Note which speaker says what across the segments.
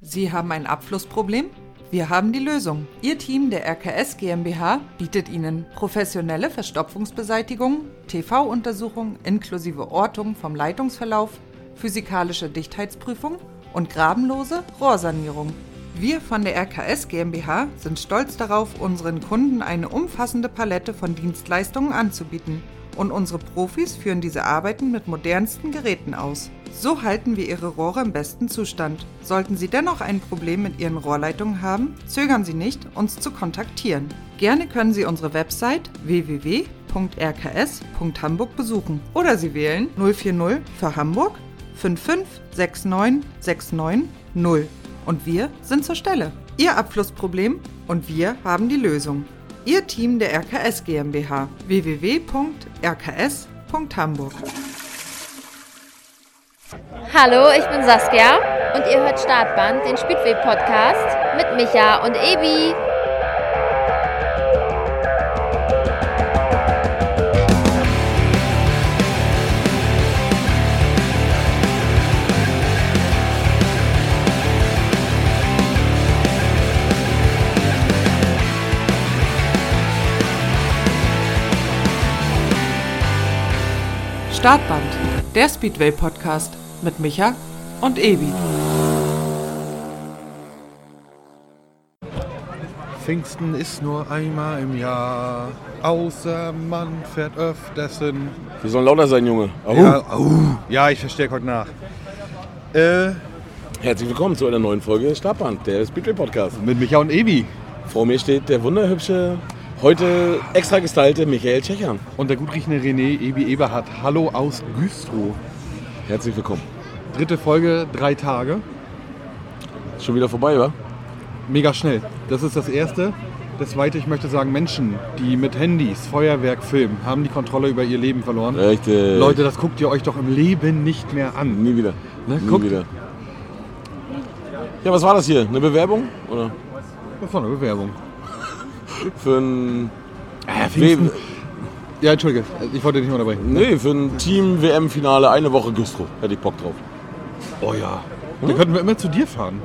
Speaker 1: Sie haben ein Abflussproblem? Wir haben die Lösung. Ihr Team der RKS GmbH bietet Ihnen professionelle Verstopfungsbeseitigung, TV-Untersuchung inklusive Ortung vom Leitungsverlauf, physikalische Dichtheitsprüfung und grabenlose Rohrsanierung. Wir von der RKS GmbH sind stolz darauf, unseren Kunden eine umfassende Palette von Dienstleistungen anzubieten. Und unsere Profis führen diese Arbeiten mit modernsten Geräten aus. So halten wir Ihre Rohre im besten Zustand. Sollten Sie dennoch ein Problem mit Ihren Rohrleitungen haben, zögern Sie nicht, uns zu kontaktieren. Gerne können Sie unsere Website www.rks.hamburg besuchen oder Sie wählen 040 für Hamburg 5569690 und wir sind zur Stelle. Ihr Abflussproblem und wir haben die Lösung. Ihr Team der RKS GmbH www.rks.hamburg.
Speaker 2: Hallo, ich bin Saskia und ihr hört Startband, den Spielweh-Podcast mit Micha und Ebi.
Speaker 1: Startband, der Speedway Podcast mit Micha und Ebi.
Speaker 3: Pfingsten ist nur einmal im Jahr, außer man fährt öfters hin.
Speaker 4: Wir sollen lauter sein, Junge. Ahu.
Speaker 3: Ja, Oh. au. ja ich verstehe heute nach. Äh,
Speaker 4: Herzlich willkommen zu einer neuen Folge des Startband, der Speedway Podcast.
Speaker 3: mit Micha und Ebi
Speaker 4: Vor mir steht der wunderhübsche, heute extra gestylte Michael Tschechern.
Speaker 3: und der gut riechende René Ebi Eberhardt. Hallo aus Güstrow.
Speaker 4: Herzlich willkommen.
Speaker 3: Dritte Folge, drei Tage.
Speaker 4: Schon wieder vorbei, wa?
Speaker 3: Mega schnell. Das ist das Erste. Das Zweite, ich möchte sagen, Menschen, die mit Handys Feuerwerk filmen, haben die Kontrolle über ihr Leben verloren.
Speaker 4: Äh. Richtig.
Speaker 3: Leute, das guckt ihr euch doch im Leben nicht mehr an.
Speaker 4: Nie wieder.
Speaker 3: Ne,
Speaker 4: Nie
Speaker 3: guck.
Speaker 4: wieder. Ja, was war das hier? Eine Bewerbung? Oder?
Speaker 3: Das war eine Bewerbung.
Speaker 4: Für ein.
Speaker 3: Äh,
Speaker 4: W
Speaker 3: Ja, entschuldige, ich wollte dich nicht unterbrechen.
Speaker 4: nee, für ein Team-WM-Finale eine Woche Güstrow. Hätte ich Bock drauf.
Speaker 3: Oh ja. Dann könnten wir immer zu dir fahren.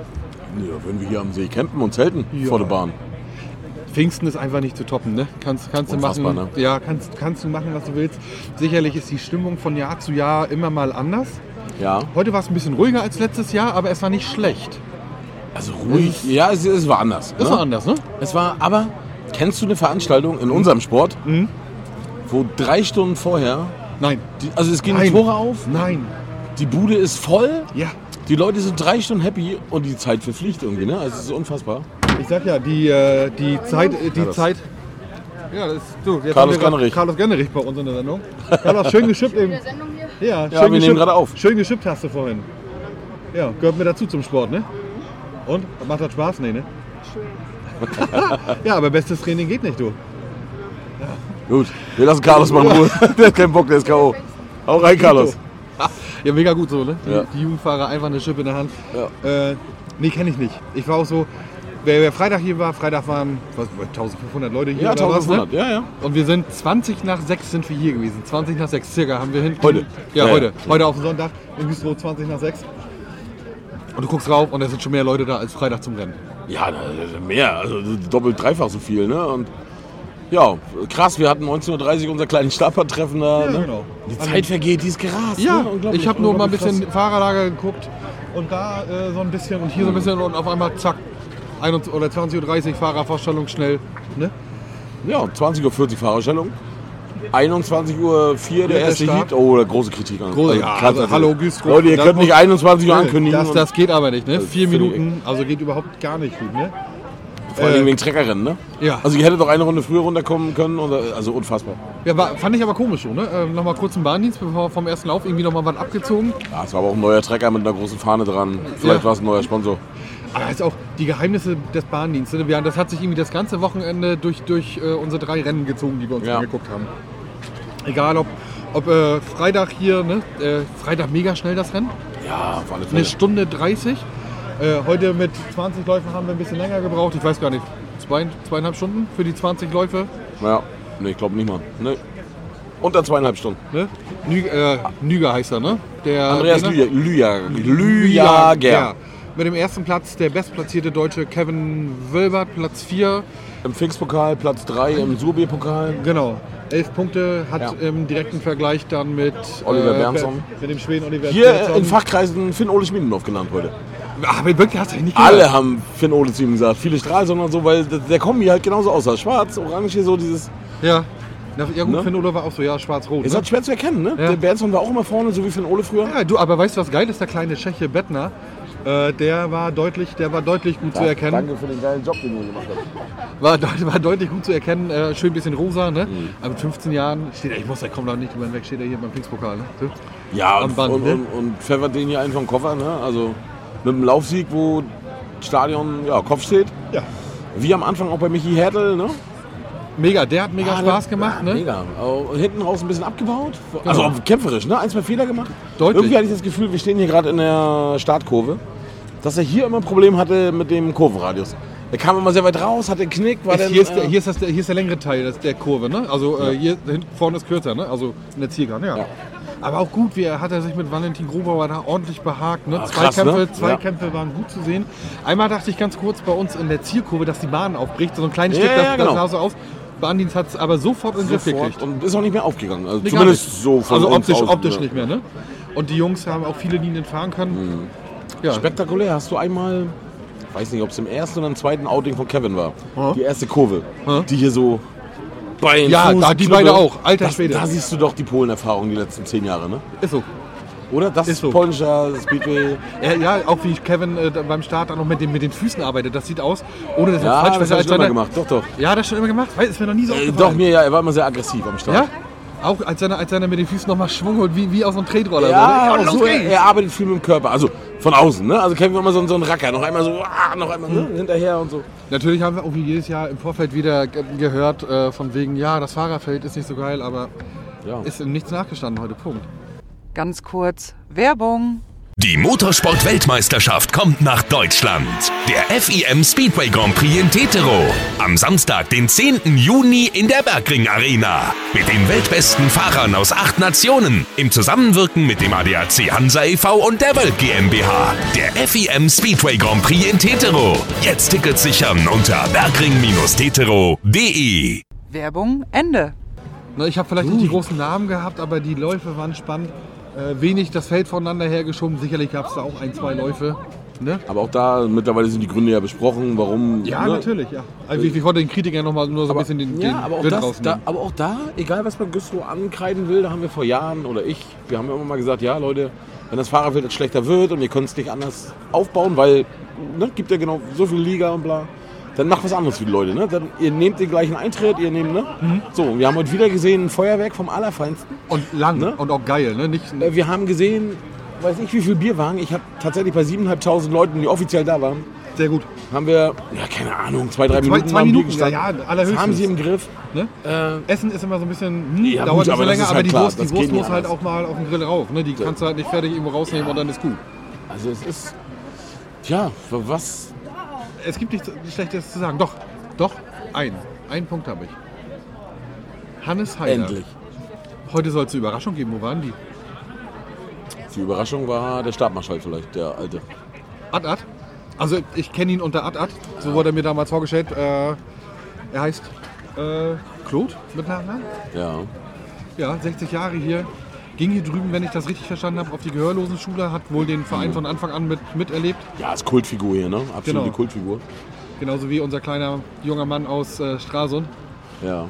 Speaker 4: Ja, würden wir hier am See campen und zelten
Speaker 3: Ja.
Speaker 4: vor der Bahn.
Speaker 3: Pfingsten ist einfach nicht zu toppen, ne? Kannst, kannst du
Speaker 4: Unfassbar, ne?
Speaker 3: machen, ja, kannst, kannst du machen, was du willst. Sicherlich ist die Stimmung von Jahr zu Jahr immer mal anders.
Speaker 4: Ja.
Speaker 3: Heute war es ein bisschen ruhiger als letztes Jahr, aber es war nicht schlecht.
Speaker 4: Also ruhig. Ja, es, es war anders.
Speaker 3: Das
Speaker 4: ne?
Speaker 3: war anders, ne?
Speaker 4: Es war, aber kennst du eine Veranstaltung in unserem Sport,
Speaker 3: Mhm.
Speaker 4: wo drei Stunden vorher,
Speaker 3: Nein.
Speaker 4: die, also es gehen die
Speaker 3: Nein.
Speaker 4: Tore auf,
Speaker 3: Nein.
Speaker 4: die Bude ist voll,
Speaker 3: Ja.
Speaker 4: die Leute sind drei Stunden happy und die Zeit verfliegt irgendwie, ne? Also es ist unfassbar.
Speaker 3: Ich sag ja, die, äh, die Zeit, äh, die
Speaker 4: Carlos.
Speaker 3: Zeit. Ja, das ist du. Jetzt
Speaker 4: Carlos
Speaker 3: haben wir grad
Speaker 4: Genrich.
Speaker 3: Carlos Genrich bei uns in der Sendung. Carlos, schön geschippt eben. Ja, schön
Speaker 4: wir nehmen
Speaker 3: geschippt-
Speaker 4: gerade auf.
Speaker 3: Schön geschippt hast du vorhin. Ja, gehört mir dazu zum Sport, ne? Und? Macht das Spaß? Nee, ne? ja, aber bestes Training geht nicht, du.
Speaker 4: Gut, wir lassen Carlos mal in Ruhe. der hat keinen Bock, der ist K.O. Hau rein, Carlos.
Speaker 3: Ja, mega gut so, ne? Die,
Speaker 4: Ja.
Speaker 3: die Jugendfahrer einfach eine Schippe in der Hand. Äh, nee, kenne ich nicht. Ich war auch so, wer, wer Freitag hier war, Freitag waren was, 1500 Leute hier.
Speaker 4: Ja,
Speaker 3: oder was, ne?
Speaker 4: 1500, ja, ja.
Speaker 3: Und wir sind 20 nach 6 sind wir hier gewesen. 20 nach 6 circa haben wir hin.
Speaker 4: Heute?
Speaker 3: Ja,
Speaker 4: Ja,
Speaker 3: heute.
Speaker 4: ja.
Speaker 3: Heute auf dem Sonntag in Güstrow 20 nach 6. Und du guckst rauf und da sind schon mehr Leute da als Freitag zum Rennen.
Speaker 4: Ja, na, mehr, also doppelt, dreifach so viel, ne? Und ja, krass, wir hatten 19.30 Uhr unser kleines Staplertreffen da.
Speaker 3: Ja,
Speaker 4: ne?
Speaker 3: genau.
Speaker 4: Die Zeit vergeht, die ist gerast.
Speaker 3: Ja,
Speaker 4: ne? Unglaublich,
Speaker 3: ich habe nur mal ein
Speaker 4: unglaublich
Speaker 3: bisschen
Speaker 4: krass.
Speaker 3: Fahrerlager geguckt und da äh, so ein bisschen und hier
Speaker 4: Hm.
Speaker 3: so ein bisschen und auf einmal zack. 21 oder 20.30 Uhr Fahrervorstellung schnell. Ne?
Speaker 4: Ja, 20.40 Uhr Fahrerstellung. 21.04 Uhr der
Speaker 3: der
Speaker 4: erste
Speaker 3: Start.
Speaker 4: Heat. Oh, da große Kritik an.
Speaker 3: Große- ja, also,
Speaker 4: krass,
Speaker 3: hallo, Güstrow.
Speaker 4: Leute, ihr
Speaker 3: Das
Speaker 4: könnt nicht
Speaker 3: muss-
Speaker 4: 21 Uhr ankündigen.
Speaker 3: Das, das geht aber nicht, ne? Vier
Speaker 4: finde ich-
Speaker 3: Minuten, also geht überhaupt gar nicht gut, ne?
Speaker 4: und vor allem wegen Treckerrennen, ne?
Speaker 3: Ja.
Speaker 4: Also, ihr hättet doch eine Runde früher runterkommen können. Oder, also, unfassbar.
Speaker 3: Ja, war, fand ich aber komisch so, ne? Ähm, nochmal kurz im Bahndienst, bevor wir vom ersten Lauf irgendwie nochmal was abgezogen.
Speaker 4: Ja, es war aber auch ein neuer Trecker mit einer großen Fahne dran. Vielleicht
Speaker 3: Ja.
Speaker 4: war es ein neuer Sponsor.
Speaker 3: Aber ist auch die Geheimnisse des Bahndienstes. Wir haben- Das hat sich irgendwie das ganze Wochenende durch, durch äh, unsere drei Rennen gezogen, die wir uns
Speaker 4: Ja.
Speaker 3: angeguckt haben. Egal ob, ob äh, Freitag hier, ne? äh, Freitag mega schnell das Rennen,
Speaker 4: Ja, auf alle
Speaker 3: eine
Speaker 4: Fälle.
Speaker 3: Stunde 30. Äh, heute mit 20 Läufen haben wir ein bisschen länger gebraucht. Ich weiß gar nicht, zwei, zweieinhalb Stunden für die 20 Läufe.
Speaker 4: Ja, nee, ich glaube nicht mal. Nee. Unter zweieinhalb Stunden.
Speaker 3: Ne? Nü äh, Nüger heißt er, ne? Der
Speaker 4: Andreas
Speaker 3: Trainer?
Speaker 4: Lüja- Lüja- Lüjager.
Speaker 3: Mit dem ersten Platz der bestplatzierte Deutsche Kevin Wilbert, Platz 4.
Speaker 4: Im Pfingstpokal Platz 3, im Surbi-Pokal.
Speaker 3: Genau. Elf Punkte hat
Speaker 4: Ja.
Speaker 3: im direkten Vergleich dann mit äh,
Speaker 4: Oliver Bernsson.
Speaker 3: Mit dem Schweden Oliver
Speaker 4: Hier äh, ah,
Speaker 3: Bernsson.
Speaker 4: in Fachkreisen Finn Ole Schmiedenhoff genannt wurde.
Speaker 3: Ach, aber wirklich hast du nicht gehört.
Speaker 4: Alle haben Finn Ole zu ihm gesagt. Viele Stralsunder und so, weil der- der Kombi halt genauso aussah. Schwarz, orange, hier so dieses.
Speaker 3: Ja. Na, ja gut,
Speaker 4: Ne?
Speaker 3: Finn Ole war auch so, ja, schwarz-rot.
Speaker 4: Ist
Speaker 3: Ne?
Speaker 4: halt schwer zu erkennen, ne?
Speaker 3: Ja.
Speaker 4: Der Bernsson war auch immer vorne, so wie Finn Ole früher.
Speaker 3: Ja, du, aber weißt du, was geil ist? Der kleine Tscheche Bettner, äh, der war deutlich, der war deutlich gut zu erkennen.
Speaker 4: Danke für den geilen Job, den du gemacht hast.
Speaker 3: War, deut- war deutlich gut zu erkennen, äh, schön bisschen rosa, ne?
Speaker 4: Mhm.
Speaker 3: Aber mit 15 Jahren steht er, ich muss, da kommt doch nicht drüber hinweg, steht er hier beim Pfingstpokal, ne? So.
Speaker 4: Ja,
Speaker 3: Am
Speaker 4: und,
Speaker 3: Band,
Speaker 4: und,
Speaker 3: ne?
Speaker 4: und, und pfeffert den hier einen vom Koffer, ne? Also mit einem Laufsieg, wo Stadion, ja, Kopf steht.
Speaker 3: Ja.
Speaker 4: Wie am Anfang auch bei Michi Hertel, ne?
Speaker 3: Mega, der hat mega
Speaker 4: Ah,
Speaker 3: Spaß
Speaker 4: ne?
Speaker 3: gemacht,
Speaker 4: Ja,
Speaker 3: ne?
Speaker 4: Mega. Also, hinten raus ein bisschen abgebaut. Also auch kämpferisch, ne? Eins mal Fehler gemacht.
Speaker 3: Deutlich.
Speaker 4: Irgendwie hatte ich das Gefühl, wir stehen hier gerade in der Startkurve, dass er hier immer ein Problem hatte mit dem Kurvenradius. Er kam immer sehr weit raus, hatte einen Knick, war
Speaker 3: Ist,
Speaker 4: dann,
Speaker 3: hier, ist der,
Speaker 4: äh,
Speaker 3: hier, ist das, hier ist der längere Teil das, der Kurve, ne? Also äh, hier hinten vorne ist kürzer, ne? Also in der Zielgerade, ja.
Speaker 4: Ja.
Speaker 3: Aber auch gut, wie er hat er sich mit Valentin Grubauer da ordentlich behagt. Ne?
Speaker 4: Ah,
Speaker 3: zwei
Speaker 4: krass,
Speaker 3: Kämpfe,
Speaker 4: ne?
Speaker 3: zwei
Speaker 4: Ja.
Speaker 3: Kämpfe waren gut zu sehen. Einmal dachte ich ganz kurz bei uns in der Zielkurve, dass die Bahn aufbricht, so ein kleines
Speaker 4: Ja,
Speaker 3: Stück,
Speaker 4: ja,
Speaker 3: das,
Speaker 4: genau.
Speaker 3: das sah so aus. Bahndienst hat es aber sofort in den Griff gekriegt.
Speaker 4: sofort und ist auch nicht mehr aufgegangen. Also
Speaker 3: Nee, gar nicht.
Speaker 4: zumindest so von
Speaker 3: Also
Speaker 4: uns
Speaker 3: optisch,
Speaker 4: aus,
Speaker 3: optisch
Speaker 4: ne?
Speaker 3: nicht mehr, ne? Und die Jungs haben auch viele Linien fahren
Speaker 4: Mhm.
Speaker 3: können. Ja.
Speaker 4: Spektakulär hast du einmal, ich weiß nicht, ob es im ersten oder im zweiten Outing von Kevin war,
Speaker 3: Ja.
Speaker 4: die erste Kurve,
Speaker 3: Ja.
Speaker 4: die hier so Bein,
Speaker 3: Ja,
Speaker 4: Fuß,
Speaker 3: da- die
Speaker 4: Knüppel.
Speaker 3: beide auch. Alter
Speaker 4: das,
Speaker 3: Schwede.
Speaker 4: Da siehst du doch die Polen-Erfahrung die letzten zehn Jahre, ne?
Speaker 3: Ist so.
Speaker 4: Oder? Das
Speaker 3: Ist
Speaker 4: ist,
Speaker 3: so.
Speaker 4: polnischer Speedway.
Speaker 3: Ja, Äh, ja, auch wie Kevin äh, da- beim Start dann noch mit, dem, mit den Füßen arbeitet. Das sieht aus, ohne dass
Speaker 4: Ja,
Speaker 3: wäre,
Speaker 4: das hat
Speaker 3: als
Speaker 4: er
Speaker 3: wenn
Speaker 4: immer
Speaker 3: er-
Speaker 4: gemacht. Doch, doch.
Speaker 3: Ja, das schon immer gemacht. Weiß, ist mir noch nie so
Speaker 4: Äh,
Speaker 3: aufgefallen.
Speaker 4: doch, mir, ja, er war immer sehr aggressiv am Start.
Speaker 3: Ja? Auch als wenn er, als wenn er mit den Füßen nochmal Schwung holt, wie, wie aus einem Tretroller.
Speaker 4: Ja,
Speaker 3: so, ne?
Speaker 4: auch
Speaker 3: los
Speaker 4: Also, so,
Speaker 3: geht's.
Speaker 4: er, er arbeitet viel mit dem Körper, also von außen, ne? Also Kevin war immer so, ein- so ein Racker, noch einmal so, ah, noch einmal
Speaker 3: Hm.
Speaker 4: ne? hinterher und so.
Speaker 3: Natürlich haben wir auch wie jedes Jahr im Vorfeld wieder ge- gehört äh, von wegen, ja, das Fahrerfeld ist nicht so geil, aber
Speaker 4: Ja.
Speaker 3: ist ihm nichts nachgestanden heute, Punkt.
Speaker 1: Ganz kurz Werbung.
Speaker 5: Die Motorsport-Weltmeisterschaft kommt nach Deutschland. Der FIM Speedway Grand Prix in Tetero. Am Samstag, den 10. Juni in der Bergring Arena. Mit den weltbesten Fahrern aus acht Nationen. Im Zusammenwirken mit dem ADAC Hansa e.V. und der Welt GmbH. Der FIM Speedway Grand Prix in Tetero. Jetzt Tickets sichern unter bergring-tetero.de.
Speaker 1: Werbung Ende.
Speaker 3: Na, Ne, ich habe vielleicht nicht die großen Namen gehabt, aber die Läufe waren spannend. Äh, wenig das Feld voneinander hergeschoben. Sicherlich gab es da auch ein, zwei Läufe. Ne?
Speaker 4: Aber auch da, mittlerweile sind die Gründe ja besprochen, warum.
Speaker 3: Ja,
Speaker 4: ne?
Speaker 3: natürlich, ja. Also ich, ich wollte den Kritikern nochmal nur so ein bisschen den, den
Speaker 4: ja, aber auch,
Speaker 3: Wind
Speaker 4: das, da,
Speaker 3: rausnehmen.
Speaker 4: aber auch da, egal was man Güstrow ankreiden will, da haben wir vor Jahren oder ich, wir haben immer mal gesagt, ja Leute, wenn das Fahrerfeld jetzt schlechter wird und ihr könnt es nicht anders aufbauen, weil ne, gibt ja genau so viel Liga und bla, dann macht was anderes für die Leute. Ne? Dann, ihr nehmt den gleichen Eintritt, ihr nehmt, ne?
Speaker 3: Mhm.
Speaker 4: So, und wir haben heute wieder gesehen, ein Feuerwerk vom Allerfeinsten.
Speaker 3: Und lang
Speaker 4: Ne?
Speaker 3: und auch geil, ne? Nicht,
Speaker 4: Äh, Wir haben gesehen, weiß nicht wie viel Bierwagen, ich habe tatsächlich bei 7.500 Leuten, die offiziell da waren,
Speaker 3: sehr gut.
Speaker 4: haben wir, ja keine Ahnung, zwei,
Speaker 3: Zwei-
Speaker 4: drei Minuten.
Speaker 3: zwei
Speaker 4: waren wir
Speaker 3: Minuten,
Speaker 4: gestanden.
Speaker 3: ja, ja,
Speaker 4: Das haben
Speaker 3: allerhöchstens.
Speaker 4: sie im Griff.
Speaker 3: Ne?
Speaker 4: Äh,
Speaker 3: Essen ist immer so ein bisschen, hm,
Speaker 4: Ja,
Speaker 3: dauert
Speaker 4: gut,
Speaker 3: ein bisschen
Speaker 4: aber das
Speaker 3: länger,
Speaker 4: ist halt
Speaker 3: aber die
Speaker 4: klar,
Speaker 3: Wurst, die
Speaker 4: das
Speaker 3: Wurst
Speaker 4: geht nicht
Speaker 3: muss halt
Speaker 4: anders.
Speaker 3: auch mal auf den Grill rauf. Ne? Die kannst du halt nicht fertig irgendwo rausnehmen und dann ist gut.
Speaker 4: Also es ist. Tja, wa- was?
Speaker 3: Es gibt nichts Schlechtes zu sagen. Doch, doch, ein. Einen Punkt habe ich. Hannes Heider.
Speaker 4: Endlich.
Speaker 3: Heute soll es eine Überraschung geben. Wo waren die?
Speaker 4: Die Überraschung war der Stabmarschall vielleicht, der alte.
Speaker 3: Ad-Ad. Also ich kenne ihn unter Ad-Ad. So wurde er mir damals vorgestellt. Äh, er heißt äh, Claude mit Nachnamen.
Speaker 4: Ja.
Speaker 3: Ja, 60 Jahre hier. Ging hier drüben, wenn ich das richtig verstanden habe, auf die Gehörlosenschule. Hat wohl den Verein von Anfang an mit, miterlebt.
Speaker 4: Ja, ist Kultfigur hier, ne? Absolute
Speaker 3: Genau.
Speaker 4: Kultfigur.
Speaker 3: Genauso wie unser kleiner junger Mann aus äh, Stralsund.
Speaker 4: Ja.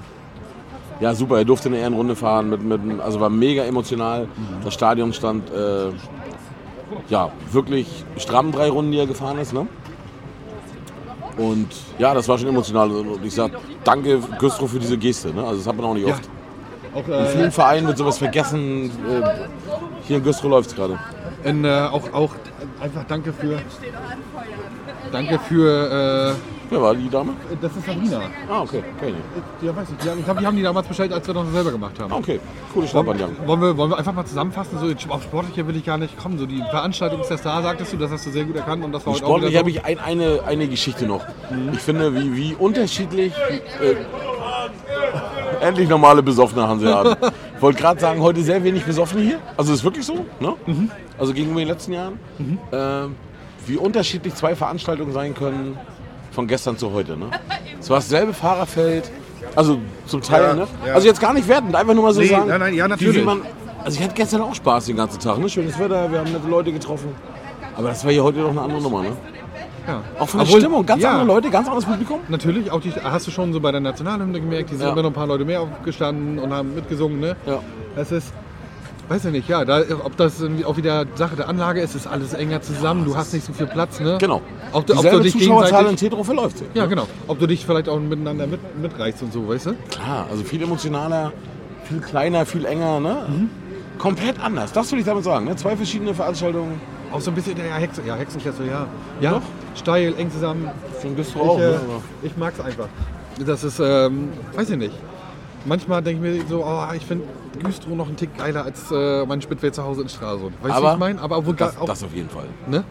Speaker 4: Ja, super. Er durfte eine Ehrenrunde fahren, mit, mit, also war mega emotional. Das Stadion stand, äh, ja, wirklich stramm drei Runden, die er gefahren ist, ne? Und ja, das war schon emotional. Und ich sag, danke Güstrow für diese Geste, ne? Also das hat man auch nicht oft.
Speaker 3: Auch,
Speaker 4: In vielen
Speaker 3: äh,
Speaker 4: Vereinen wird sowas vergessen. Äh, hier in Güstrow läuft es gerade.
Speaker 3: in, äh, auch, auch einfach danke für. Danke für.
Speaker 4: Wer war die Dame?
Speaker 3: Äh, das ist Sabrina.
Speaker 4: Ah, okay. Kenn ich nicht.
Speaker 3: Ja, weiß ich. Die, haben- ich glaube, die haben die damals bestellt, als wir das selber gemacht haben.
Speaker 4: Okay, coole Schlappernjagd.
Speaker 3: Wollen wir, wollen wir einfach mal zusammenfassen? So, auf Sportliche will ich gar nicht kommen. So, die Veranstaltung ist das da, sagtest du, das hast du sehr gut erkannt. Und das war heute auch
Speaker 4: Sportlich
Speaker 3: wieder
Speaker 4: habe
Speaker 3: so.
Speaker 4: ich ein, eine, eine Geschichte noch. Ich finde, wie, wie unterschiedlich. Äh, endlich normale besoffene Hanseaten. Ich wollte gerade sagen, heute sehr wenig Besoffene hier. Also ist wirklich so. Ne? Also gegenüber den letzten Jahren. Ähm, wie unterschiedlich zwei Veranstaltungen sein können von gestern zu heute. Ne? Es war dasselbe Fahrerfeld, also zum Teil.
Speaker 3: Ja,
Speaker 4: ne?
Speaker 3: ja.
Speaker 4: Also jetzt gar nicht wertend, einfach nur mal so
Speaker 3: Nee,
Speaker 4: sagen.
Speaker 3: nein, nein, ja,
Speaker 4: wie
Speaker 3: natürlich.
Speaker 4: man- also ich hatte gestern auch Spaß den ganzen Tag. Ne? Schönes Wetter, wir haben nette Leute getroffen. Aber das war hier heute doch eine andere Nummer. Ne?
Speaker 3: Ja.
Speaker 4: Auch von der
Speaker 3: Obwohl-
Speaker 4: Stimmung, ganz
Speaker 3: ja,
Speaker 4: andere Leute, ganz anderes Publikum.
Speaker 3: Natürlich, auch die, hast du schon so bei der Nationalhymne gemerkt, die sind
Speaker 4: Ja.
Speaker 3: immer noch ein paar Leute mehr aufgestanden und haben mitgesungen. Ne?
Speaker 4: Ja.
Speaker 3: Das ist, weiß ich nicht, ja, da, ob das irgendwie auch wieder Sache der Anlage ist, ist alles enger zusammen, du hast nicht so viel Platz. Ne?
Speaker 4: Genau.
Speaker 3: Ob, du- ob du
Speaker 4: Dieselbe
Speaker 3: dich
Speaker 4: Zuschauerzahl in
Speaker 3: gegenseitig,
Speaker 4: Tetro verläuft sich.
Speaker 3: ja, genau. Ob du dich vielleicht auch miteinander mit, mitreißt und so, weißt du?
Speaker 4: Klar, also viel emotionaler, viel kleiner, viel enger. Ne? Komplett anders, das will ich damit sagen. Ne? Zwei verschiedene Veranstaltungen.
Speaker 3: Auch so ein bisschen, ja, Hexen, ja Hexenkessel, ja. Ja, steil, eng zusammen.
Speaker 4: Von
Speaker 3: Ich,
Speaker 4: Güstrow auch.
Speaker 3: äh,
Speaker 4: ne? Aber-
Speaker 3: ich mag es einfach. Das ist, ähm, weiß ich nicht. Manchmal denke ich mir so, oh, ich finde Güstrow noch einen Tick geiler als äh, mein Spittel zu Hause in Stralsund. Weißt du,
Speaker 4: Aber
Speaker 3: was ich meine? Aber obwohl
Speaker 4: Das,
Speaker 3: auch,
Speaker 4: das auf jeden Fall.
Speaker 3: ne?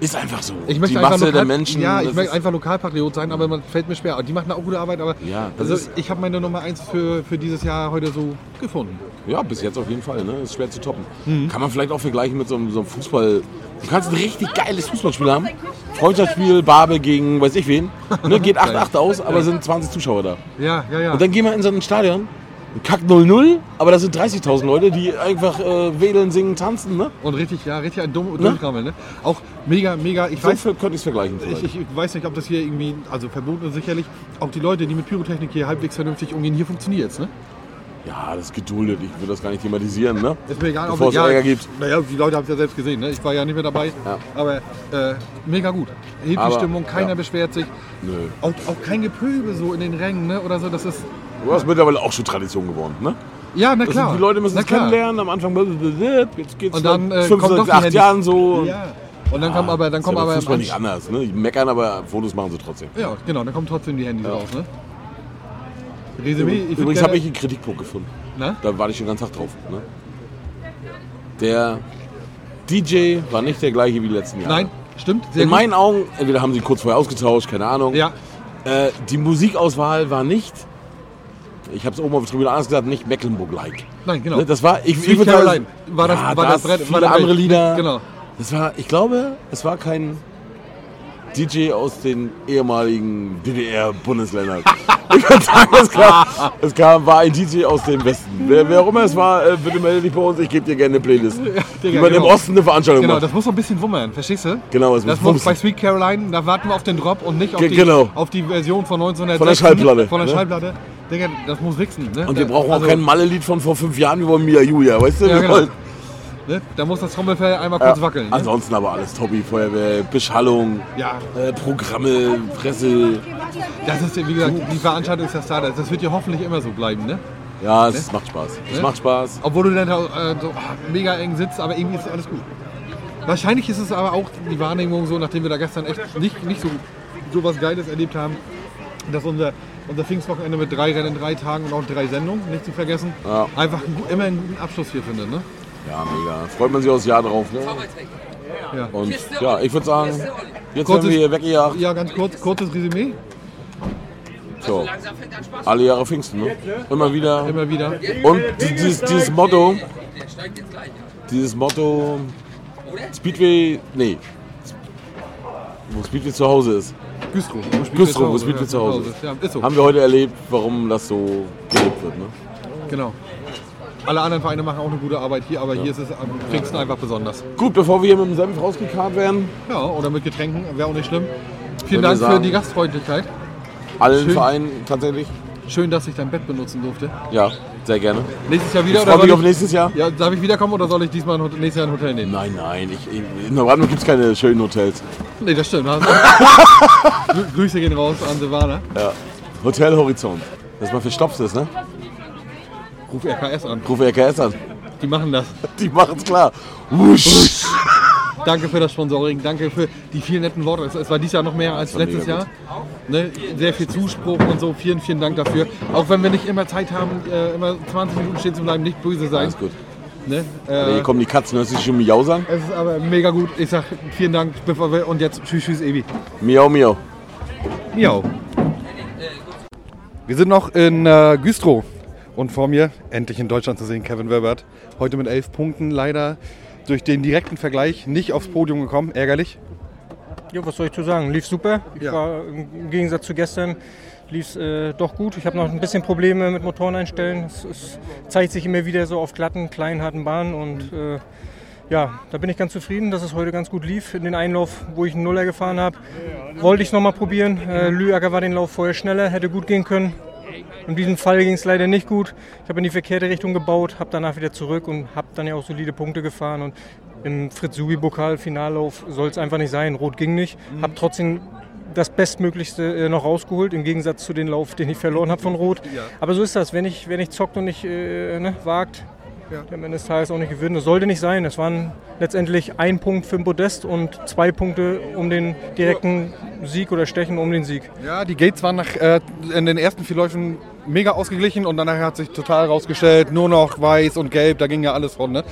Speaker 4: Ist einfach so.
Speaker 3: Ich möchte
Speaker 4: die
Speaker 3: einfach
Speaker 4: Masse
Speaker 3: lokal,
Speaker 4: der Menschen.
Speaker 3: Ja, ich
Speaker 4: das
Speaker 3: möchte
Speaker 4: ist-
Speaker 3: einfach Lokalpatriot sein, aber man fällt mir schwer. Aber Die machen auch gute Arbeit, aber
Speaker 4: Ja, das
Speaker 3: also
Speaker 4: ist-
Speaker 3: ich habe meine Nummer 1 für, für dieses Jahr heute so gefunden.
Speaker 4: ja, bis jetzt auf jeden Fall. Ne? Ist schwer zu toppen. Kann man vielleicht auch vergleichen mit so einem, so einem Fußball. Du kannst ein richtig geiles Fußballspiel haben. Freundschaftsspiel, Barbe gegen weiß ich wen. Ne? Geht 8-8 aus, aber sind 20 Zuschauer da.
Speaker 3: Ja, ja, ja.
Speaker 4: Und dann gehen wir in so ein Stadion. und Kack 0-0, aber das sind 30.000 Leute, die einfach äh, wedeln, singen, tanzen. Ne?
Speaker 3: Und richtig, ja, richtig ein dumm, Dummkrammel, ne? Auch mega, mega, ich
Speaker 4: So
Speaker 3: weiß,
Speaker 4: viel könnte ich es vergleichen. vielleicht.
Speaker 3: ich, ich weiß nicht, ob das hier irgendwie, also verboten ist sicherlich, auch die Leute, die mit Pyrotechnik hier halbwegs vernünftig umgehen, hier funktioniert es, ne?
Speaker 4: ja, das ist geduldet. Ich will das gar nicht thematisieren. Ne?
Speaker 3: Ist mir egal,
Speaker 4: Bevor es Ärger gibt.
Speaker 3: Naja, die Leute haben es ja selbst gesehen, ne? Ich war ja nicht mehr dabei,
Speaker 4: Ja.
Speaker 3: aber äh, mega gut. Hebt die
Speaker 4: Aber,
Speaker 3: Stimmung, keiner
Speaker 4: ja.
Speaker 3: beschwert sich.
Speaker 4: Nö.
Speaker 3: Auch, auch kein Gepöbel so in den Rängen, ne? Oder so, das ist,
Speaker 4: Du hast mittlerweile auch schon Tradition geworden. Ne?
Speaker 3: ja, na
Speaker 4: Das
Speaker 3: klar.
Speaker 4: Sind, die Leute müssen
Speaker 3: na
Speaker 4: es kennenlernen, am Anfang blablabla, jetzt geht's
Speaker 3: Und dann
Speaker 4: nach
Speaker 3: äh,
Speaker 4: fünf,
Speaker 3: kommt doch
Speaker 4: sechs,
Speaker 3: die
Speaker 4: acht
Speaker 3: Handys.
Speaker 4: Jahren so.
Speaker 3: Ja. Und dann kommen aber, dann kommen
Speaker 4: Ah, ist ja bei
Speaker 3: aber,
Speaker 4: Fußball
Speaker 3: im
Speaker 4: nicht
Speaker 3: Anschluss-
Speaker 4: anders, ne? Die meckern, aber Fotos machen sie trotzdem.
Speaker 3: ja, genau, dann kommen trotzdem die Handys raus, ne? Resümee, ich würd
Speaker 4: Übrigens
Speaker 3: gerne-
Speaker 4: habe ich einen Kritikpunkt gefunden.
Speaker 3: Na?
Speaker 4: Da war ich schon ganz Tag drauf. Ne? Der DJ war nicht der gleiche wie die letzten Jahre.
Speaker 3: Nein, stimmt. Sehr
Speaker 4: In
Speaker 3: gut.
Speaker 4: meinen Augen, entweder haben sie kurz vorher ausgetauscht, keine Ahnung.
Speaker 3: Ja,
Speaker 4: Äh, die Musikauswahl war nicht, ich habe es oben auf der Tribüne anders gesagt, nicht Mecklenburg-like.
Speaker 3: nein, genau.
Speaker 4: Ne, Das war, ich,
Speaker 3: Sweet
Speaker 4: ich würd
Speaker 3: Caroline.
Speaker 4: sagen,
Speaker 3: War das-
Speaker 4: ja,
Speaker 3: war
Speaker 4: da
Speaker 3: das Brett-
Speaker 4: viele
Speaker 3: war der
Speaker 4: andere
Speaker 3: Brett.
Speaker 4: Lieder.
Speaker 3: Genau.
Speaker 4: Das war, ich glaube, es war kein DJ aus den ehemaligen DDR-Bundesländern. ich würde sagen, es kam, es kam, war ein DJ aus dem Westen. Wer, wer auch immer es war, äh, bitte melde dich bei uns, ich gebe dir gerne eine Playlist. Wie man im
Speaker 3: genau.
Speaker 4: Osten eine Veranstaltung
Speaker 3: Genau,
Speaker 4: macht.
Speaker 3: das muss so ein bisschen wummern, verstehst du?
Speaker 4: Genau, es
Speaker 3: Das
Speaker 4: muss
Speaker 3: muss bei Sweet Caroline, da warten wir auf den Drop und nicht auf,
Speaker 4: Ge-
Speaker 3: die,
Speaker 4: genau.
Speaker 3: auf die Version von 1960.
Speaker 4: Schallplatte,
Speaker 3: Von der
Speaker 4: ne?
Speaker 3: Schallplatte. Digga, das muss wichsen. Ne?
Speaker 4: Und wir
Speaker 3: Da-
Speaker 4: brauchen auch
Speaker 3: also,
Speaker 4: kein Malle-Lied von vor fünf Jahren über Mia Julia, weißt du?
Speaker 3: Ja,
Speaker 4: Wir
Speaker 3: genau.
Speaker 4: wollen- also-
Speaker 3: Ne? Da muss das Trommelfell einmal kurz wackeln. Ne?
Speaker 4: Ansonsten aber alles Tobi, Feuerwehr, Beschallung,
Speaker 3: Ja.
Speaker 4: äh, Programme, Presse.
Speaker 3: Das ist, ja, wie gesagt, die Veranstaltung ist das da. Das wird ja hoffentlich immer so bleiben. Ne?
Speaker 4: Ja, es macht Spaß. Es
Speaker 3: Ne?
Speaker 4: macht Spaß.
Speaker 3: Obwohl du dann da, äh, so ah, mega eng sitzt, aber irgendwie ist alles gut. Wahrscheinlich ist es aber auch die Wahrnehmung so, nachdem wir da gestern echt nicht, nicht so, so was Geiles erlebt haben, dass unser, unser Pfingstwochenende mit drei Rennen, drei Tagen und auch drei Sendungen, nicht zu vergessen,
Speaker 4: Ja.
Speaker 3: einfach einen, gu- immer einen guten Abschluss hier findet. Ne?
Speaker 4: Ja, mega. Freut man sich aufs Jahr drauf. Ne?
Speaker 3: Ja.
Speaker 4: Und ja, ich würde sagen, jetzt werden
Speaker 3: Kurzes-
Speaker 4: wir hier weggejagt.
Speaker 3: ja, ganz kurz, kurzes Resümee,
Speaker 4: So. Alle Jahre Pfingsten, ne? Immer wieder.
Speaker 3: immer wieder.
Speaker 4: Und di- dieses, dieses Motto, dieses Motto, Speedway, nee, wo Speedway zu Hause ist,
Speaker 3: Güstrow, wo spielt
Speaker 4: Güstrow, wo
Speaker 3: ihr
Speaker 4: spielt
Speaker 3: Ja,
Speaker 4: ihr zu Hause?
Speaker 3: Ja, ist so,
Speaker 4: haben wir heute erlebt, warum das so gelebt wird. Ne?
Speaker 3: genau. Alle anderen Vereine machen auch eine gute Arbeit hier, aber hier ist es am Pfingsten einfach besonders.
Speaker 4: Gut, bevor wir hier mit dem Senf rausgekarrt werden,
Speaker 3: Ja, oder mit Getränken, wäre auch nicht schlimm. Vielen
Speaker 4: Würde
Speaker 3: Dank für
Speaker 4: sagen-
Speaker 3: die Gastfreundlichkeit.
Speaker 4: allen
Speaker 3: Schön.
Speaker 4: Vereinen tatsächlich,
Speaker 3: Schön, dass ich dein Bett benutzen durfte.
Speaker 4: ja, sehr gerne.
Speaker 3: Nächstes Jahr
Speaker 4: Ich
Speaker 3: wieder
Speaker 4: freue mich auf
Speaker 3: soll
Speaker 4: nächstes Jahr.
Speaker 3: ich, ja, darf ich wiederkommen oder soll ich diesmal ein Hotel, nächstes Jahr ein Hotel nehmen?
Speaker 4: Nein, nein, ich, in Neubrandenburg gibt es keine schönen Hotels.
Speaker 3: Nee, das stimmt. Hast- Grü- Grüße gehen raus an Silvana.
Speaker 4: Ja. Hotel Horizont, dass man verstopft ist, ne?
Speaker 3: Ruf RKS an.
Speaker 4: Ruf RKS an,
Speaker 3: Die machen das.
Speaker 4: die machen's klar. Wusch.
Speaker 3: Danke für das Sponsoring, danke für die vielen netten Worte. Es- Es war dieses Jahr noch mehr als
Speaker 4: war
Speaker 3: letztes
Speaker 4: mega
Speaker 3: Jahr.
Speaker 4: gut.
Speaker 3: Ne, sehr viel Zuspruch und so. Vielen, vielen Dank dafür. Auch wenn wir nicht immer Zeit haben, äh, immer 20 Minuten stehen zu bleiben, nicht böse sein.
Speaker 4: Alles gut.
Speaker 3: Ne?
Speaker 4: Hier
Speaker 3: Äh,
Speaker 4: kommen die Katzen, hörst du dich schon miausern?
Speaker 3: es ist aber mega gut. Ich sag vielen Dank bevor wir- und jetzt tschüss, tschüss, Evi.
Speaker 4: Miau, miau.
Speaker 3: Miau. Wir sind noch in äh, Güstrow und vor mir, endlich in Deutschland zu sehen, Kevin Wilbert. Heute mit elf Punkten leider durch den direkten Vergleich nicht aufs Podium gekommen, ärgerlich.
Speaker 6: Ja, was soll ich zu sagen? Lief super. Ich
Speaker 3: Ja.
Speaker 6: war im Gegensatz zu gestern lief es äh, doch gut. Ich habe noch ein bisschen Probleme mit Motoren einstellen. Es, es zeigt sich immer wieder so auf glatten, kleinen, harten Bahnen und äh, ja, da bin ich ganz zufrieden, dass es heute ganz gut lief. In den Einlauf, wo ich einen Nuller gefahren habe, wollte ich es nochmal probieren. Äh, Lüacker war den Lauf vorher schneller, hätte gut gehen können. In diesem Fall ging es leider nicht gut. Ich habe in die verkehrte Richtung gebaut, habe danach wieder zurück und habe dann ja auch solide Punkte gefahren. Und im Fritz-Subi-Pokal-Finallauf soll es einfach nicht sein. Rot ging nicht. Habe trotzdem das Bestmöglichste äh, noch rausgeholt, im Gegensatz zu dem Lauf, den ich verloren habe von Rot. Aber so ist das. Wenn ich, wenn ich zockt und nicht äh, ne, wagt,
Speaker 3: Ja.
Speaker 6: der am Ende des Tages auch nicht gewinnen. Das sollte nicht sein. Es waren letztendlich ein Punkt für den Podest und zwei Punkte um den direkten Sieg oder Stechen um den Sieg.
Speaker 3: Ja, die Gates waren nach, äh, in den ersten vier Läufen mega ausgeglichen und danach hat sich total rausgestellt, nur noch weiß und gelb, da ging ja alles von. Ne?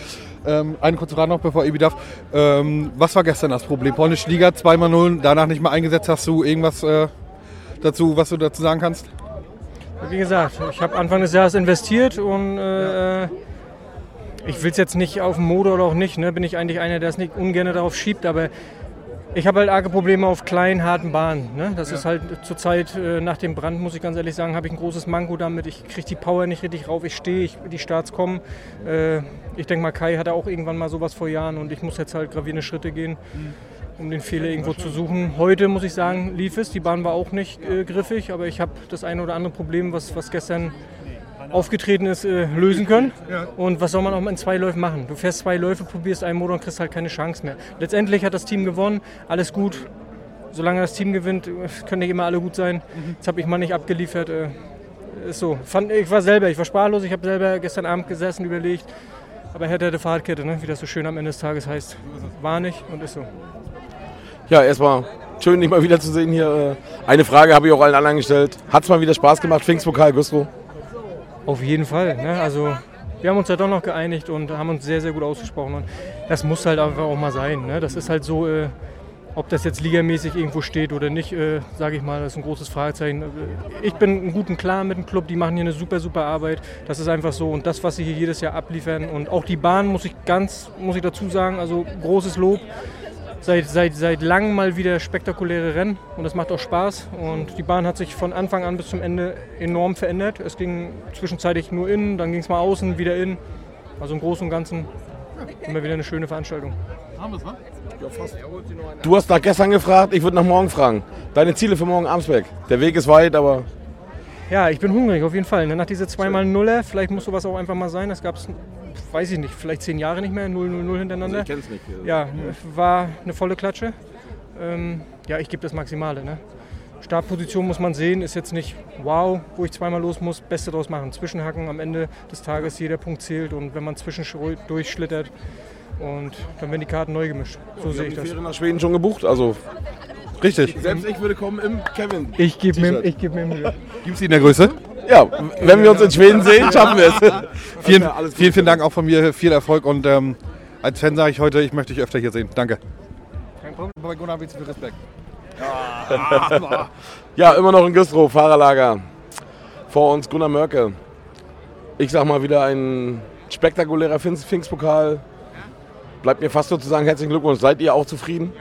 Speaker 3: Ähm, eine kurze Frage noch, bevor Ebi darf. Ähm, was war gestern das Problem? Polnische Liga, 2x0, danach nicht mal eingesetzt. Hast du irgendwas äh, dazu, was du dazu sagen kannst?
Speaker 6: Wie gesagt, ich habe Anfang des Jahres investiert und äh, äh, ich will es jetzt nicht auf den Mode oder auch nicht. Ne? Bin ich eigentlich einer, der es nicht ungern darauf schiebt, aber ich habe halt arge Probleme auf kleinen, harten Bahnen. Ne? Das ist halt zurzeit äh, nach dem Brand, muss ich ganz ehrlich sagen, habe ich ein großes Manko damit. Ich kriege die Power nicht richtig rauf. Ich stehe, ich, die Starts kommen. Äh, ich denke mal, Kai hatte auch irgendwann mal sowas vor Jahren und ich muss jetzt halt gravierende Schritte gehen um den Fehler irgendwo zu suchen. Heute muss ich sagen, lief es. Die Bahn war auch nicht äh, griffig, aber ich habe das eine oder andere Problem, was, was gestern aufgetreten ist, äh, lösen können. Und was soll man auch in zwei Läufen machen? Du fährst zwei Läufe, probierst einen Motor und kriegst halt keine Chance mehr. Letztendlich hat das Team gewonnen, alles gut. Solange das Team gewinnt, äh, können nicht immer alle gut sein. Jetzt habe ich mal nicht abgeliefert. Äh, ist so. Fand, ich war selber, ich war sparlos, ich habe selber gestern Abend gesessen, überlegt. Aber hätte hätte Fahrradkette, ne? wie das so schön am Ende des Tages heißt. War nicht und ist so.
Speaker 4: Ja, erstmal schön, dich mal wieder zu sehen hier. Äh, Eine Frage habe ich auch allen anderen gestellt. Hat's mal wieder Spaß gemacht? Pfingstpokal, Gusto.
Speaker 6: Auf jeden Fall. Ne? Also wir haben uns ja doch noch geeinigt und haben uns sehr, sehr gut ausgesprochen. Und das muss halt einfach auch mal sein. Ne? Das ist halt so, äh, ob das jetzt ligamäßig irgendwo steht oder nicht, äh, sage ich mal, das ist ein großes Fragezeichen. Äh, Ich bin einen guten Klar mit dem Club, die machen hier eine super, super Arbeit. Das ist einfach so. Und das, was sie hier jedes Jahr abliefern und auch die Bahn, muss ich ganz, muss ich dazu sagen, also großes Lob. Seit, seit, seit langem mal wieder spektakuläre Rennen und das macht auch Spaß. Und die Bahn hat sich von Anfang an bis zum Ende enorm verändert. Es ging zwischenzeitlich nur innen, dann ging es mal außen, wieder innen. Also im Großen und Ganzen immer wieder eine schöne Veranstaltung.
Speaker 4: Du hast nach gestern gefragt, ich würde nach morgen fragen. Deine Ziele für morgen Amsberg. Der Weg ist weit, aber
Speaker 6: Ja, ich bin hungrig, auf jeden Fall. ne? Nach dieser zweimal Nuller, vielleicht muss sowas auch einfach mal sein. Das gab es, weiß ich nicht, vielleicht zehn Jahre nicht mehr, 0-0-0 hintereinander.
Speaker 4: Also kenn's nicht.
Speaker 6: Ja, war eine volle Klatsche. Ähm, ja, ich gebe das Maximale. Ne? Startposition muss man sehen, ist jetzt nicht wow, wo ich zweimal los muss, Beste draus machen. Zwischenhacken am Ende des Tages, jeder Punkt zählt und wenn man zwischendurch durchschlittert und dann werden die Karten neu gemischt. So sehe ich
Speaker 4: Die
Speaker 6: das.
Speaker 4: Fähre nach Schweden schon gebucht, also
Speaker 3: Richtig.
Speaker 4: selbst ich würde kommen im Kevin.
Speaker 6: Ich gebe mir,
Speaker 4: mir-
Speaker 6: ich geb mir Mühe.
Speaker 3: Gibt's die in der Größe?
Speaker 4: Ja, wenn wir uns in Schweden sehen, schaffen wir es.
Speaker 3: Vielen,
Speaker 4: Ja, alles
Speaker 3: vielen,
Speaker 4: Gute.
Speaker 3: vielen Dank auch von mir, viel Erfolg und ähm, als Fan sage ich heute, ich möchte dich öfter hier sehen. Danke.
Speaker 6: Kein Problem.
Speaker 3: Bei Gunnar viel Respekt.
Speaker 4: Ja, immer noch in Güstrow, Fahrerlager. Vor uns Gunnar Mörke. Ich sag mal wieder ein spektakulärer Pfingst- Pfingstpokal. Bleibt mir fast nur zu sagen, herzlichen Glückwunsch. Seid ihr auch zufrieden?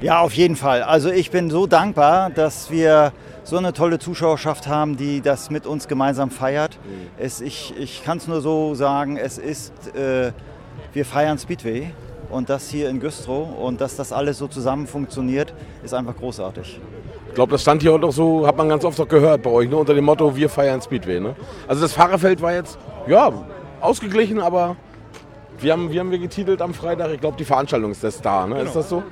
Speaker 7: Ja, auf jeden Fall. Also ich bin so dankbar, dass wir so eine tolle Zuschauerschaft haben, die das mit uns gemeinsam feiert. Es, ich ich kann es nur so sagen, es ist, äh, wir feiern Speedway und das hier in Güstrow und dass das alles so zusammen funktioniert, ist einfach großartig.
Speaker 4: Ich glaube, das stand hier auch noch so, hat man ganz oft noch gehört bei euch, ne? unter dem Motto, wir feiern Speedway. Ne? Also das Fahrerfeld war jetzt, ja, ausgeglichen, aber wir haben, wie haben wir getitelt am Freitag? Ich glaube, die Veranstaltung ist der Star, ne? ist das so?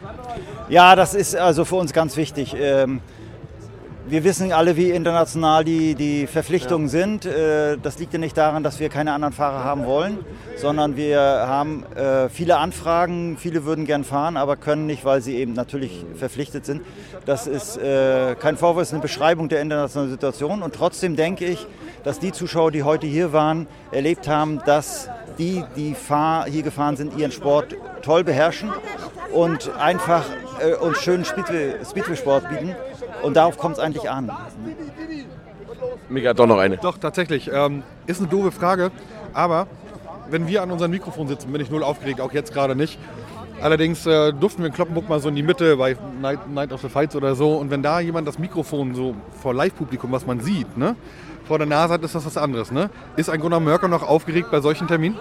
Speaker 7: Ja, das ist also für uns ganz wichtig. Ähm, wir wissen alle, wie international die, die Verpflichtungen sind. Äh, Das liegt ja nicht daran, dass wir keine anderen Fahrer haben wollen, sondern wir haben äh, viele Anfragen. Viele würden gern fahren, aber können nicht, weil sie eben natürlich verpflichtet sind. Das ist äh, kein Vorwurf, es ist eine Beschreibung der internationalen Situation. Und trotzdem denke ich, dass die Zuschauer, die heute hier waren, erlebt haben, dass die, die fahr hier gefahren sind, ihren Sport toll beherrschen und einfach äh, uns schönen Speedway- Speedway-Sport bieten. Und darauf kommt es eigentlich an.
Speaker 4: Mega, doch noch eine.
Speaker 3: Doch, tatsächlich. Ähm, ist eine doofe Frage, aber wenn wir an unserem Mikrofon sitzen, bin ich null aufgeregt, auch jetzt gerade nicht. Allerdings äh, durften wir in Kloppenburg mal so in die Mitte bei Night, Night of the Fights oder so. Und wenn da jemand das Mikrofon so vor Live-Publikum, was man sieht, ne, vor der Nase hat, ist das was anderes. Ne? Ist ein Gunnar Mörker noch aufgeregt bei solchen Terminen?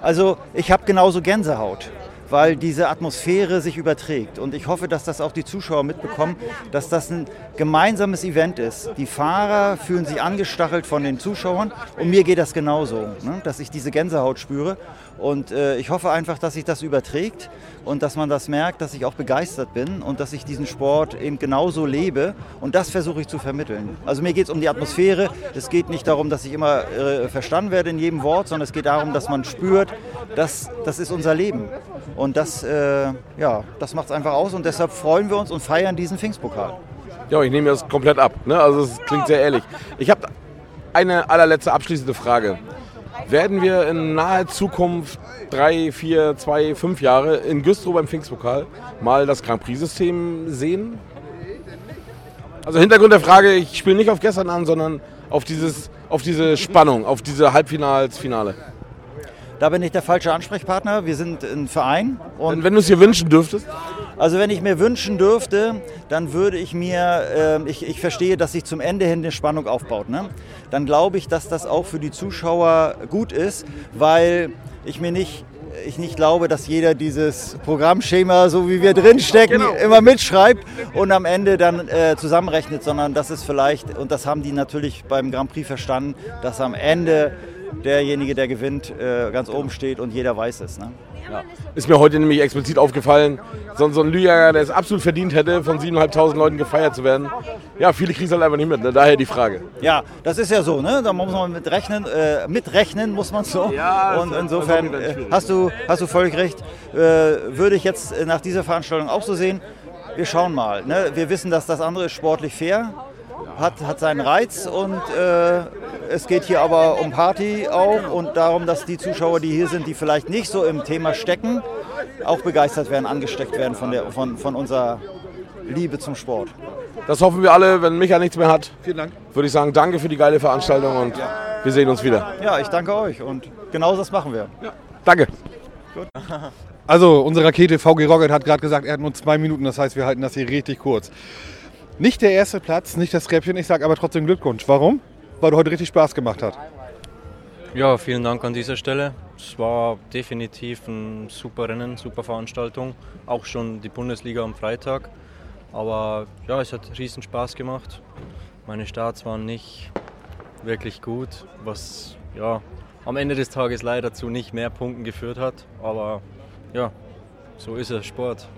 Speaker 7: Also ich habe genauso Gänsehaut, weil diese Atmosphäre sich überträgt. Und ich hoffe, dass das auch die Zuschauer mitbekommen, dass das ein gemeinsames Event ist. Die Fahrer fühlen sich angestachelt von den Zuschauern und mir geht das genauso, ne? dass ich diese Gänsehaut spüre. Und äh, ich hoffe einfach, dass sich das überträgt und dass man das merkt, dass ich auch begeistert bin und dass ich diesen Sport eben genauso lebe. Und das versuche ich zu vermitteln. Also mir geht es um die Atmosphäre. Es geht nicht darum, dass ich immer äh, verstanden werde in jedem Wort, sondern es geht darum, dass man spürt, dass das ist unser Leben. Und das, äh, ja, das macht es einfach aus. Und deshalb freuen wir uns und feiern diesen Pfingstpokal.
Speaker 4: Ja, aber ich nehme das komplett ab. Ne? Also es klingt sehr ehrlich. Ich habe eine allerletzte abschließende Frage. Werden wir in naher Zukunft drei, vier, zwei, fünf Jahre in Güstrow beim Pfingstpokal mal das Grand Prix-System sehen? Also Hintergrund der Frage, ich spiele nicht auf gestern an, sondern auf, dieses, auf diese Spannung, auf diese Halbfinals, Finale.
Speaker 7: Da bin ich der falsche Ansprechpartner. Wir sind ein Verein.
Speaker 4: Und
Speaker 7: Und
Speaker 4: wenn du es dir wünschen dürftest,
Speaker 7: also wenn ich mir wünschen dürfte, dann würde ich mir, äh, ich, ich verstehe, dass sich zum Ende hin eine Spannung aufbaut. Ne? Dann glaube ich, dass das auch für die Zuschauer gut ist, weil ich mir nicht ich nicht glaube, dass jeder dieses Programmschema, so wie wir drinstecken, immer mitschreibt und am Ende dann äh, zusammenrechnet, sondern dass es vielleicht, und das haben die natürlich beim Grand Prix verstanden, dass am Ende derjenige, der gewinnt, äh, ganz oben steht und jeder weiß es. Ne?
Speaker 4: ist mir heute nämlich explizit aufgefallen, so, ein- so ein Lüjager, der es absolut verdient hätte, von 7.500 Leuten gefeiert zu werden. Ja, viele kriegen es halt einfach nicht mit, ne? daher die Frage.
Speaker 7: Ja, das ist ja so, ne? Da muss man mit rechnen, äh, mitrechnen muss man so.
Speaker 4: Ja, das
Speaker 7: und
Speaker 4: ist
Speaker 7: insofern
Speaker 4: dann
Speaker 7: äh,
Speaker 4: schwierig.
Speaker 7: hast du hast du völlig recht. Äh, würde ich jetzt äh, nach dieser Veranstaltung auch so sehen. Wir schauen mal. Ne? Wir wissen, dass das andere ist sportlich fair, hat, hat seinen Reiz und äh, es geht hier aber um Party auch und darum, dass die Zuschauer, die hier sind, die vielleicht nicht so im Thema stecken, auch begeistert werden, angesteckt werden von, der, von, von unserer Liebe zum Sport.
Speaker 4: Das hoffen wir alle, wenn Micha nichts mehr hat.
Speaker 3: Vielen Dank.
Speaker 4: würde ich sagen, danke für die geile Veranstaltung und wir sehen uns wieder.
Speaker 7: Ja, ich danke euch und genau das machen wir.
Speaker 4: Danke.
Speaker 3: Also, unsere Rakete VG Rocket hat gerade gesagt, er hat nur zwei Minuten, das heißt, wir halten das hier richtig kurz. Nicht der erste Platz, nicht das Scräppchen, ich sage aber trotzdem Glückwunsch. Warum? Weil du heute richtig Spaß gemacht hat.
Speaker 8: Ja, vielen Dank an dieser Stelle. Es war definitiv ein super Rennen, super Veranstaltung. Auch schon die Bundesliga am Freitag. Aber ja, es hat riesen Spaß gemacht. Meine Starts waren nicht wirklich gut, was ja am Ende des Tages leider zu nicht mehr Punkten geführt hat. Aber ja, so ist es Sport.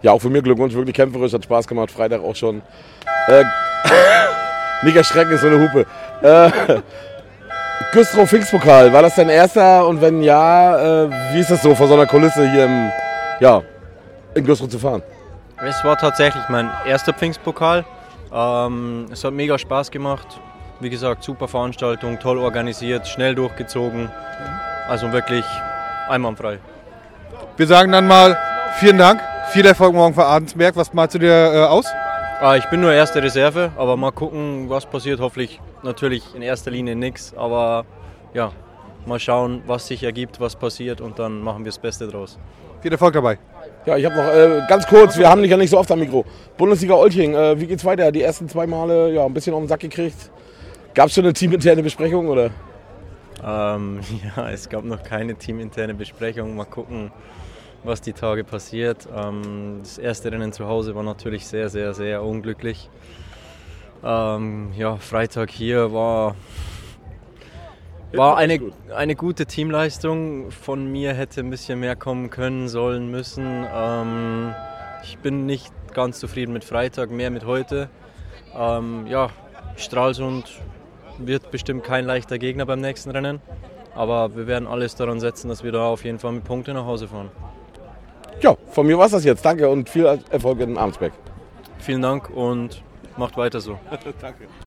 Speaker 4: Ja, auch von mir Glückwunsch, wirklich kämpferisch, hat Spaß gemacht, Freitag auch schon. Äh, nicht erschrecken, ist so eine Hupe. Äh, Güstrow Pfingstpokal, war das dein erster und wenn ja, äh, wie ist das so vor so einer Kulisse hier im, ja, in Güstrow zu fahren?
Speaker 8: Es war tatsächlich mein erster Pfingstpokal. Ähm, es hat mega Spaß gemacht. Wie gesagt, super Veranstaltung, toll organisiert, schnell durchgezogen. Also wirklich einwandfrei.
Speaker 3: Wir sagen dann mal vielen Dank, viel Erfolg morgen für Adensberg. Was malst du dir äh, aus?
Speaker 8: Ah, ich bin nur erste Reserve, aber mal gucken, was passiert. Hoffentlich natürlich in erster Linie nichts, aber ja, mal schauen, was sich ergibt, was passiert und dann machen wir das Beste draus.
Speaker 3: Viel Erfolg dabei.
Speaker 4: Ja, ich habe noch äh, ganz kurz, wir haben dich ja nicht so oft am Mikro. Bundesliga Olching, äh, wie geht's weiter? Die ersten zwei Male ja, ein bisschen auf den Sack gekriegt. Gab's schon eine teaminterne Besprechung oder?
Speaker 8: Ähm, ja, es gab noch keine teaminterne Besprechung. Mal gucken, was die Tage passiert. Ähm, das erste Rennen zu Hause war natürlich sehr, sehr, sehr unglücklich. Ähm, ja, Freitag hier war, war eine, eine gute Teamleistung. Von mir hätte ein bisschen mehr kommen können, sollen, müssen. Ähm, ich bin nicht ganz zufrieden mit Freitag, mehr mit heute. Ähm, ja, Stralsund wird bestimmt kein leichter Gegner beim nächsten Rennen. Aber wir werden alles daran setzen, dass wir da auf jeden Fall mit Punkten nach Hause fahren.
Speaker 4: Ja, von mir war's das jetzt. Danke und viel Erfolg in Armsberg.
Speaker 8: Vielen Dank und macht weiter so.